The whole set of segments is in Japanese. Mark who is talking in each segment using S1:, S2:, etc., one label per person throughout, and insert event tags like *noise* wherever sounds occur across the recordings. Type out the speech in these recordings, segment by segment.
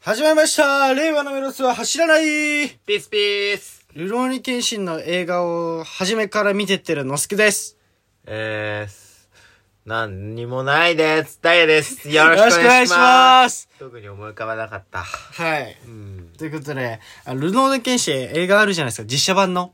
S1: 始まりました令和のメロスは走らない
S2: ピースピース
S1: ルローニケンシンの映画を初めから見てってるのすけです。
S2: えーす、なんにもないです。ダイヤです。よ
S1: よ
S2: ろしくお願いします。
S1: す。
S2: 特に思い浮かばなかった。
S1: はい。
S2: うん。
S1: ということで、あルローニケンシン映画あるじゃないですか、実写版の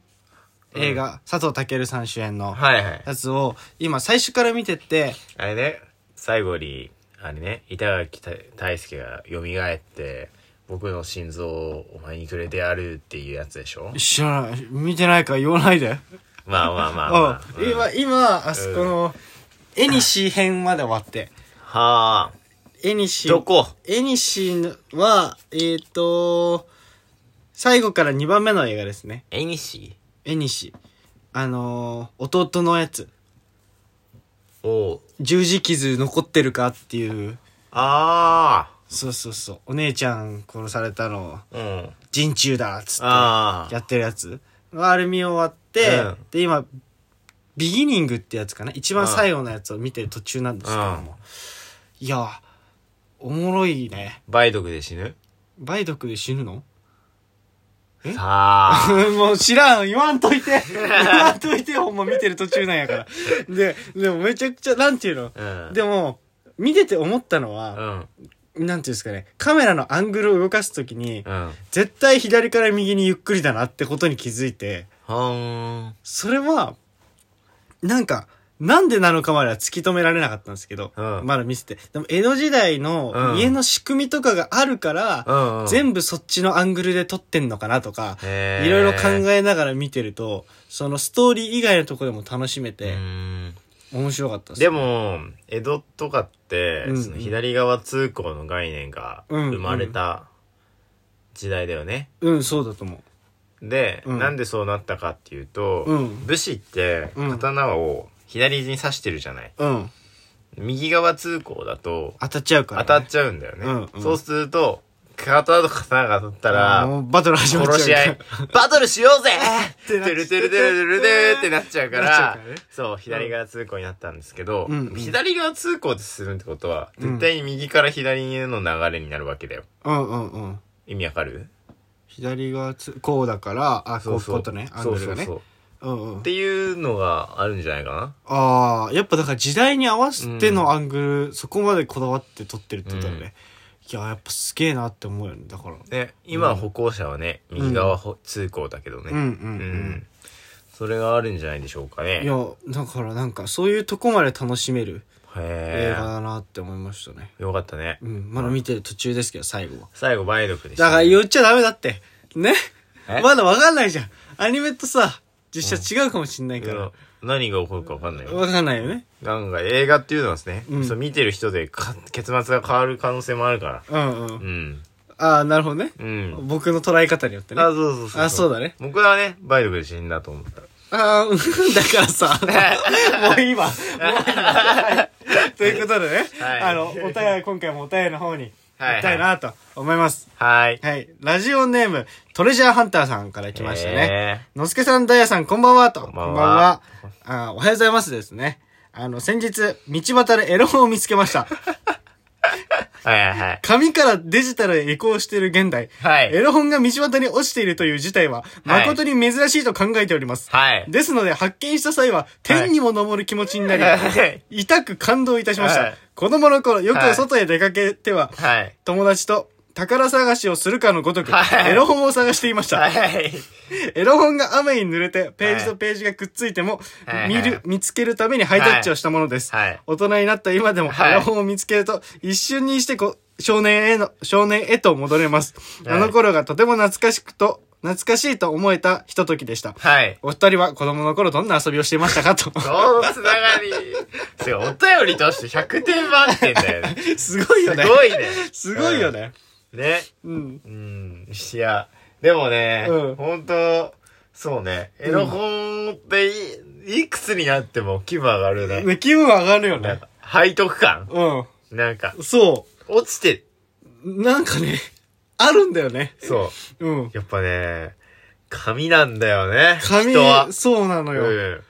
S1: 映画、佐藤健さん主演の
S2: はいはい。
S1: やつを、今最初から見てって、
S2: あれね、最後に、あれね、板垣大輔が蘇って、僕の心臓をお前にくれてやるっていうやつでしょ
S1: 知らない、見てないから言わないで。
S2: まあまあまあ、まあ
S1: う
S2: うん
S1: ん。今、今、あそこの、絵にし編まで終わって。
S2: はあ。
S1: 絵にし
S2: どこ
S1: エニシーは、えっ、と、最後から2番目の映画ですね。
S2: えにし
S1: エニシ。あのー弟のやつ。
S2: おう。
S1: 十字傷残ってるかっていう。
S2: あ
S1: そうそうそう。お姉ちゃん殺されたの、
S2: あ。うん。
S1: 陣中だっつって、や
S2: ああ。
S1: ってるやつ。あれ見終わって、
S2: うん
S1: で、今、ビギニングってやつかな一番最後のやつを見てる途中なんですけども。いや、おもろいね。
S2: 梅毒で死ぬ
S1: 梅毒で死ぬの
S2: さあ。
S1: *laughs* もう知らん、言わんといて。言わんといて、ほんま見てる途中なんやから。で、でもめちゃくちゃ、なんていうの。
S2: *laughs* うん。
S1: でも、見てて思ったの
S2: う
S1: は、
S2: ん。
S1: なんていうんですかね、カメラのアングルを動かすときに
S2: う、ん。
S1: 絶対左から右にゆっくりだなってことに気づいて、
S2: は
S1: それは、なんか、なんでなのかまでは突き止められなかったんですけど、
S2: うん
S1: まだ見せて。でも、江戸時代の
S2: うん
S1: 家の仕組みとかがあるから、
S2: ーん。うん。
S1: 全部そっちのアングルで撮ってんのかなとか、
S2: へー
S1: いろいろ考えながら見てると、そのストーリー以外のところでも楽しめ
S2: う
S1: て、
S2: ーん
S1: 面白かったっす。
S2: で、も、江戸とかって、
S1: うん
S2: その左側通行の概念が
S1: うん
S2: 生まれた時代だよね。
S1: うん、そうだと思
S2: で、
S1: うん
S2: なんでそうなったかっていうと、
S1: うん
S2: 武士って
S1: うん
S2: 刀を左に刺してるじゃない。
S1: う。うん。
S2: 右側通行だと
S1: 当たっちゃうから、
S2: 当
S1: ね。
S2: たっちゃうんだよね。
S1: うんうん
S2: そうすると、刀と刀が当たった
S1: あーも
S2: ら、
S1: うバトル始まっちゃう
S2: 殺し合い
S1: か、
S2: バトルしようぜ
S1: てな
S2: て
S1: っちゃう
S2: るてるてるてるてるってなっちゃうか
S1: なっちゃう
S2: ら
S1: からね、
S2: そう、左側通行になったんですけど
S1: うんうん、
S2: 左側通行でするってことは、
S1: うん
S2: 絶対に右から左への流れになるわけだよ。
S1: ら。うんうんうん。
S2: 意味わかる
S1: 左側つ、こうだから、あ、こういうことね。アン
S2: そ
S1: グ
S2: う
S1: ル
S2: そ
S1: が
S2: う
S1: ね。
S2: そうう。っ
S1: んうん。
S2: ていうのがあるんじゃないか
S1: ああ、やっぱだから時代に合わせてのアングル、そこまでこだわって撮ってるってことだよね。いや、やっぱすげえなって思うよね。だから。
S2: な。ね、今歩行者はね、右側ほ通行だけどね。
S1: うんうんうん
S2: うんそれがあるんじゃないでしょうかね。
S1: いや、だからなんか、そういうとこまで楽しめる映画
S2: へえ。
S1: だなって思いましたね。
S2: よかったね
S1: う。ん、まだ見てる途中ですけど、最後は。
S2: 最後、梅毒でした
S1: だ
S2: ね。
S1: から言っちゃダメだって。ね
S2: え
S1: まだわかんないじゃん。アニメとさ、実写違うかもしんないか
S2: い
S1: ら
S2: や。何が起こるかわかんないよ。
S1: わかんないよね。
S2: なんか映画っていうのはですね、
S1: うん
S2: そう見てる人でか結末が変わる可能性もあるから。
S1: うんう。
S2: うんん。
S1: ああ、なるほどね。
S2: うん。
S1: 僕の捉え方によってね。
S2: あ、そ
S1: あ
S2: うそうそう。
S1: あそうだね。
S2: 僕はね、梅毒で死んだと思った。
S1: あー、うんだから
S2: *laughs*
S1: さ、もう今、もう今。はいということでね、
S2: はい
S1: あの、お便り、今回もお便りの方に、
S2: はい
S1: 行きたいなと思います。
S2: はーい。
S1: はい。ラジオネーム、トレジャーハンターさんから来ましたね。
S2: ね。
S1: のすけさん、ダイヤさん、こんばんはと。こ
S2: んばんは
S1: あーおはようございますですね。あの、先日、道端でエロ本を見つけま
S2: *laughs*
S1: した。
S2: はいはいはい。
S1: 紙からデジタルへ移行している現代。
S2: はい
S1: エロ本が道端に落ちているという事態は、
S2: はい
S1: 誠に珍しいと考えております。
S2: はい。
S1: ですので、発見した際は、天にも昇る気持ちになり、
S2: はい
S1: *laughs* 痛く感動いたしました。
S2: はい
S1: 子供の頃、よ
S2: は
S1: く
S2: い
S1: 外へ出かけては、
S2: はい。
S1: 友達と宝探しをするかのごとく、
S2: はい
S1: エロ本を探していました。
S2: はい。
S1: エロ本が雨に濡れて、ページとページがくっついても、
S2: はい
S1: 見
S2: は
S1: る
S2: い、
S1: 見つけるためにハイタッチをしたものです。
S2: はい。
S1: 大人になった今でも、
S2: はい
S1: エロ本を見つけると、一瞬にしてこ、少年への、少年へと戻れます。
S2: はい
S1: あの頃がとても懐かしくと、懐かしいと思えたひとときでした。
S2: はい。
S1: お二人は子供の頃どんな遊びをしていましたか
S2: *laughs*
S1: と。
S2: どうつながり。すごい、お便りとして100点満点だよね。
S1: すごいよ
S2: す
S1: ね。
S2: ごいね。
S1: すごいよね。
S2: うん。ね。
S1: うん。
S2: うん。いや、でもね、
S1: うん
S2: 本当そうね、エロ本ってい、いくつになっても気分上がるね。
S1: ね気分上がるよ
S2: なん
S1: ね。
S2: か、背徳感
S1: う
S2: なんか
S1: ん。、そ
S2: 落ちて、
S1: う。なんかね、あるんだよね。
S2: そう。
S1: うん。
S2: やっぱね、紙なんだよね。
S1: 紙
S2: 人は、。
S1: そうなの
S2: う
S1: よ。
S2: ん。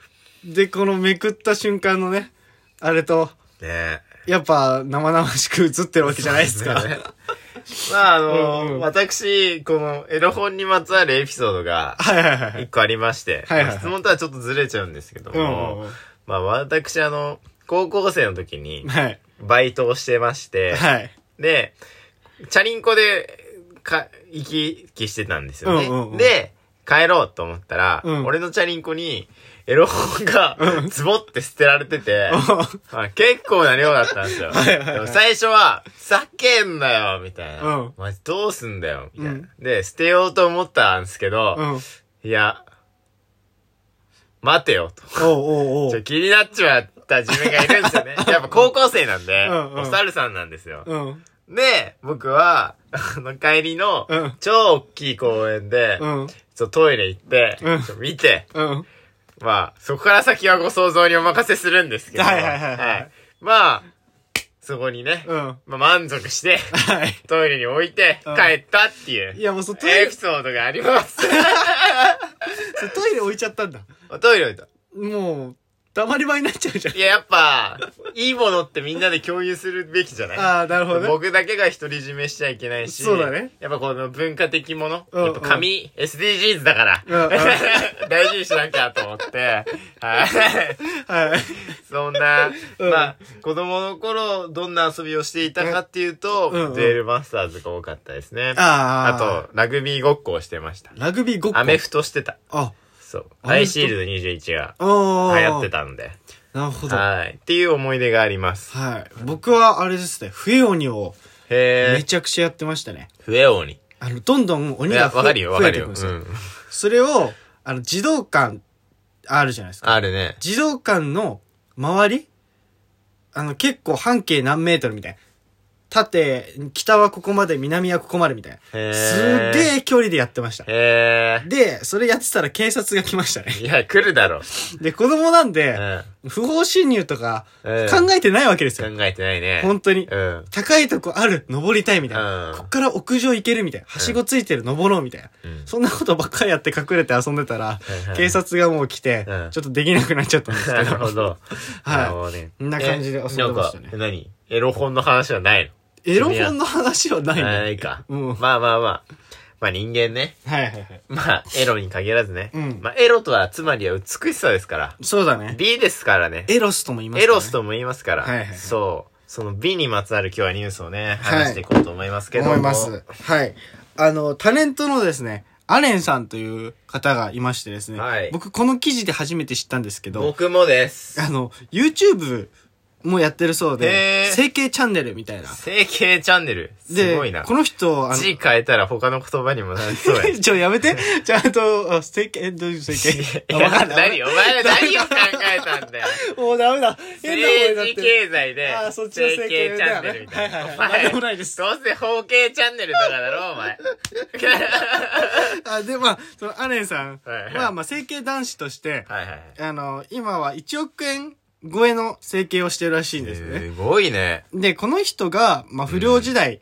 S1: で、このめくった瞬間のね、あれと、
S2: ね
S1: やっぱ生々しく映ってるわけじゃないですか。
S2: ね *laughs* まあ、あ
S1: うんう
S2: の、
S1: ん
S2: 私、この、エロ本にまつわるエピソードが、
S1: はいはいはいはい
S2: 一個ありまして、
S1: はいはいはい
S2: 質問とはちょっとずれちゃうんですけど
S1: うん
S2: も、
S1: うん
S2: まあ、私、あの、高校生の時に
S1: うん、はい
S2: バイトをしてまして、
S1: はい
S2: で、チャリンコで、か、行き来してたんですよね。
S1: うんうんうん
S2: で、帰ろうと思ったら、
S1: うん
S2: 俺のチャリンコに、エロ本が、ズボって捨てられ
S1: *laughs*
S2: てて、あ結構な量だったんですよ。
S1: はいはいはい
S2: でも最初は、避けんなよみたいな。
S1: うん
S2: マジどうすんだよみた
S1: う
S2: いな、
S1: ん
S2: で、捨てようと思ったんですけど、
S1: うんおう
S2: いや、待てよと。
S1: おうお
S2: ちょ
S1: う
S2: 気になっちまった自分がいるんですよ
S1: *laughs*
S2: ね。やっぱ高校生なんで、
S1: うんうん
S2: お猿さんなんですよ。
S1: うん
S2: で、僕は、あの、帰りの
S1: うん、
S2: 超大きい公園で、
S1: うん
S2: ちょっとトイレ行って、
S1: うん
S2: ちょっと見て、
S1: うん
S2: まあ、そこから先はご想像にお任せするんですけど、
S1: はいはいはいはい
S2: まあ、そこにね、
S1: うん
S2: まあ満足
S1: *laughs*
S2: して、
S1: はい
S2: トイレに置いて、
S1: うん
S2: 帰ったっていう、
S1: いやもうそうトイ
S2: エ
S1: レ
S2: ピソードがあります。
S1: そうトイレ置いちゃったんだ
S2: *laughs* トイレ置いた。
S1: もう黙り場になっちゃうじゃん
S2: いや、やっぱ、いいものってみんなで共有するべきじゃない
S1: ああなるほどね
S2: 僕だけが独り占めしちゃいけないし。
S1: そうだね
S2: やっぱこの文化的もの。
S1: うんうん
S2: やっぱ紙、SDGs だから。
S1: うんうん
S2: *laughs* 大事にしなきゃと思って。はい。 *laughs*
S1: はい
S2: そんな、
S1: うん
S2: まあ、子供の頃、どんな遊びをしていたかっていうと、
S1: うんうん
S2: デールマスターズが多かったですね。
S1: ああ
S2: あと、ラグビーごっこをしてました。
S1: ラグビーごっこ
S2: アメフトしてた。
S1: あ
S2: そ
S1: ア
S2: う。
S1: メフト
S2: アイシールド21が
S1: ああ
S2: 流行ってたので。
S1: なるほど
S2: はい。っていう思い出があります。
S1: はい僕はあれですね笛鬼を
S2: へ
S1: め
S2: え。
S1: ちゃくちゃやってましたね
S2: 笛鬼。
S1: あのどんどん
S2: い
S1: 鬼
S2: や、
S1: が
S2: わかるよ、わかるよ。
S1: 増
S2: う
S1: えてくんですよ
S2: ん。
S1: それをあの児童館あるじゃないですか
S2: あるね。
S1: 児童館の周りあの結構半径何メートルみたいな縦北はここまで南はここまでみたいな
S2: へ
S1: すっげ
S2: え。
S1: え距離でやってました
S2: へ
S1: でそれやってたら警察が来ましたね
S2: え。いや、来る
S1: *laughs*
S2: だろう。
S1: で子供なんで
S2: う、ん。
S1: 不法侵入とか
S2: うん
S1: 考えてないわけですよ、
S2: 考えてないね。
S1: 本当に、 *laughs*
S2: うん。
S1: 高いとこある登りたいみたいな、
S2: うん
S1: こっから屋上行けるみたいなはしごついてる登ろうみたいな、
S2: うん
S1: そんなことばっかりやって隠れて遊んでたら、
S2: いはい
S1: 警察がもう来て、
S2: うん
S1: ちょっとできなくなっちゃったん
S2: *laughs*
S1: です
S2: な
S1: けど
S2: るほど。
S1: はい
S2: なるほどね。
S1: こんな感じで遊んでましたね
S2: えなんか何エロ本の話はない
S1: エロ本の話はない
S2: の
S1: ね。
S2: ないか。
S1: うん
S2: まあまあまあ。まあ人間ね。
S1: はいはいはい。
S2: まあ、エロに限らずね。
S1: うん
S2: まあ、エロとは、つまりは美しさですから。
S1: そうだね。
S2: 美ですからね。
S1: エロスとも言います
S2: エ
S1: からね
S2: ロスとも言いますから。
S1: はいはいはい
S2: そう。その美にまつわる今日はニュースをね、
S1: はい
S2: 話していこうと思いますけども。
S1: 思います。はい。あの、タレントのですね、アレンさんという方がいましてですね、
S2: はい
S1: 僕この記事で初めて知ったんですけど、
S2: 僕もです。
S1: あの、YouTube もやってるそう
S2: へ
S1: で、
S2: ー
S1: 整形チャンネルみたいな。
S2: 整形チャンネル。す
S1: で
S2: ごいな。、
S1: この人、あの、
S2: 字変えたら他の言葉にもな
S1: *laughs*
S2: りそうや。
S1: ちょ、やめ
S2: *laughs*
S1: て。ちゃんと、あ整形、えどういう整形
S2: い
S1: あ
S2: や
S1: わかんない
S2: 何お前ら何を考えたんだよ。
S1: もうダメだ。 *laughs* 変な声にな
S2: 政
S1: っ
S2: 治
S1: てる。
S2: 経済で
S1: あーそっちの
S2: 整
S1: 整形
S2: 形チャンネルみたい
S1: だよ
S2: な。
S1: ね
S2: お
S1: はいはいはいなん
S2: 前
S1: でもないです
S2: どうせ包茎チャンネルとかだろ、
S1: *laughs*
S2: お前。
S1: あで、まあ、そのアレンさん
S2: はいはい
S1: は、まあ、整形男子として、
S2: はいはい。
S1: あの、今は1億円超えの整形をしてるらしいんですね。
S2: すごいね。
S1: で、この人が、まあ、不良時代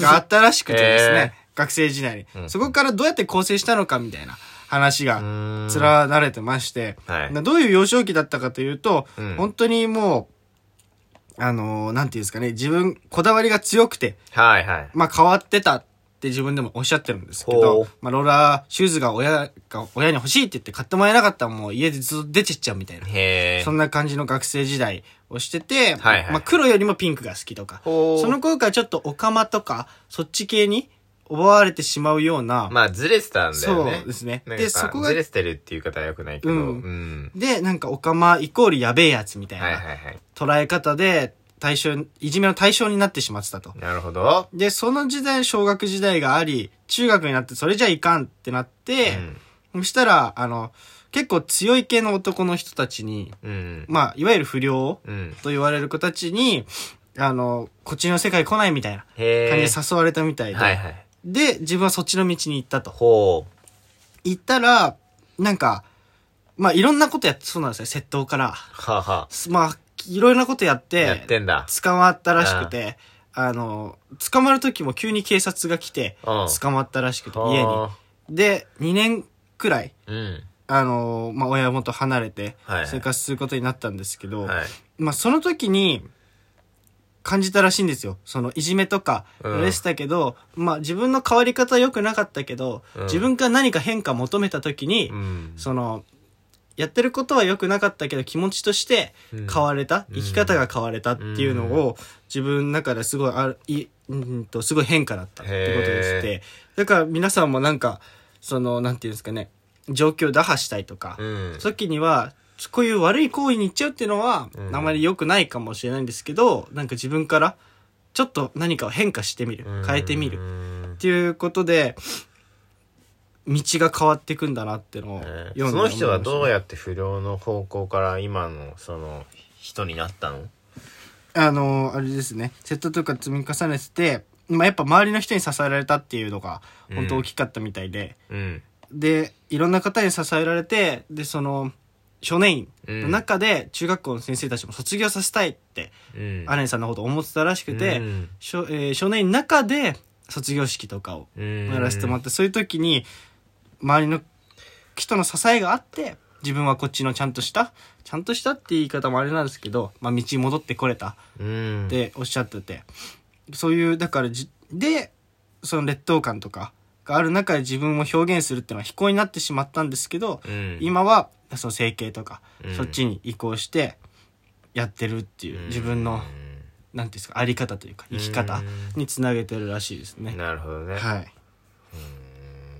S1: があったらしくてですね、学生時代に、
S2: うん
S1: そこからどうやって構成したのかみたいな話
S2: う
S1: が
S2: ーん
S1: 連なれてまして、
S2: はい
S1: などういう幼少期だったかというと、
S2: うん
S1: 本当にもう、あのーなんていうんですかね、自分、こだわりが強くて、
S2: はいはい。
S1: まあ変わってたって自分でもおっしゃってるんですけ
S2: ほ
S1: ど
S2: う、
S1: まあローラーシューズが親が、親に欲しいって言って買ってもらえなかったらもう家でずっと出てっちゃうみたいな。
S2: へえ。
S1: そんな感じの学生時代をしてて、
S2: はいはい
S1: まあ黒よりもピンクが好きとか、
S2: ほう
S1: その頃からちょっとオカマとか、そっち系に奪われてしまうような、
S2: まあ、ずれてたんだよね。
S1: そうですね
S2: なん
S1: で
S2: か
S1: そこが
S2: ずれてるっていう方は良くないけど。う
S1: うん
S2: ん。
S1: で、なんかオカマイコールやべえやつみたい
S2: はい
S1: な
S2: はいはい。
S1: 捉え方で対象、いじめの対象になってしまってたと。
S2: なるほど。
S1: で、その時代、小学時代があり、中学になってそれじゃいかんってなって、そしたら、あの、結構強い系の男の人たちに、
S2: うん。うん。
S1: まあ、いわゆる不良
S2: うん。
S1: と言われる子たちに、あの、こっちの世界来ないみたいな
S2: へえ。
S1: 感じで誘われたみたいで、
S2: はいはい。
S1: で、自分はそっちの道に行ったと。
S2: ほ
S1: 行ったら、なんか、まあ、いろんなことやってそうなんですよ、窃盗から。
S2: う。はあは
S1: すまあ、いろいろなことやっ
S2: あ。
S1: て、
S2: やってんだ。
S1: 捕まったらしくて、あの、捕まる時も急に警察が来て、
S2: うん
S1: 捕まったらしくて、家に。
S2: はあ
S1: で、2年くらい、
S2: うん。
S1: あの、まあ、親元離れて
S2: はいはい、
S1: 生活することになったんですけど、
S2: はい。
S1: まあ、その時に、感じたらしいんですよ。そのいじめとか
S2: うん
S1: でしたけど、まあ自分の変わり方は良くなかったけど、
S2: うん
S1: 自分から何か変化求めた時に、
S2: うん
S1: その、やってることは良くなかったけど気持ちとして
S2: うん
S1: 変われた、生き方が変われたっていうのを自分の中ですごいあるいうんとすごい変化だったってことでしてだから皆さんもなんかそのなんていうんですかね状況を打破したいとか、
S2: うん
S1: その時にはこういう悪い行為に行っちゃうっていうのは、
S2: うん
S1: あまり良くないかもしれないんですけどなんか自分からちょっと何かを変化してみる変えてみる
S2: うん
S1: っていうことで道が変わっていくんだなってのを
S2: え
S1: 読んで
S2: ーその人はどう
S1: や
S2: やって不良の方向から今のその人になったの
S1: あのあれですねセットとか積み重ねてて、まあ、やっぱ周りの人に支えられたっていうのが本当大きかったみたいで、
S2: うん
S1: でいろんな方に支えられてでその少年院の中で中学校の先生たちも卒業させたいって、
S2: うん
S1: アレンさんのこと思ってたらしくて、
S2: うん
S1: しょえー少年院の中で卒業式とかを
S2: うん
S1: やらせてもらって、そういう時に周りの人の支えがあって自分はこっちのちゃんとしたちゃんとしたって言い方もあれなんですけど、まあ、道に戻ってこれた
S2: うん
S1: っておっしゃってて、そういうだからじでその劣等感とかがある中で自分を表現するっていうのは非行になってしまったんですけど、
S2: うん
S1: 今はその整形とか、
S2: うん
S1: そっちに移行してやってるっていう自分の、なんていうんですかあり方というか生き方につなげてるらしいですね。
S2: うんなるほどね
S1: はい。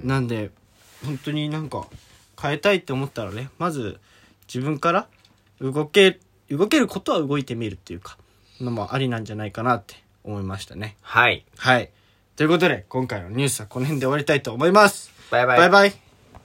S1: なんで、本当になんか、変えたいって思ったらね、まず、自分から動け、動けることは動いてみるっていうか、のもありなんじゃないかなって思いましたね。
S2: はい
S1: はい。ということで、今回のニュースはこの辺で終わりたいと思います。
S2: バイバイ
S1: バイバイ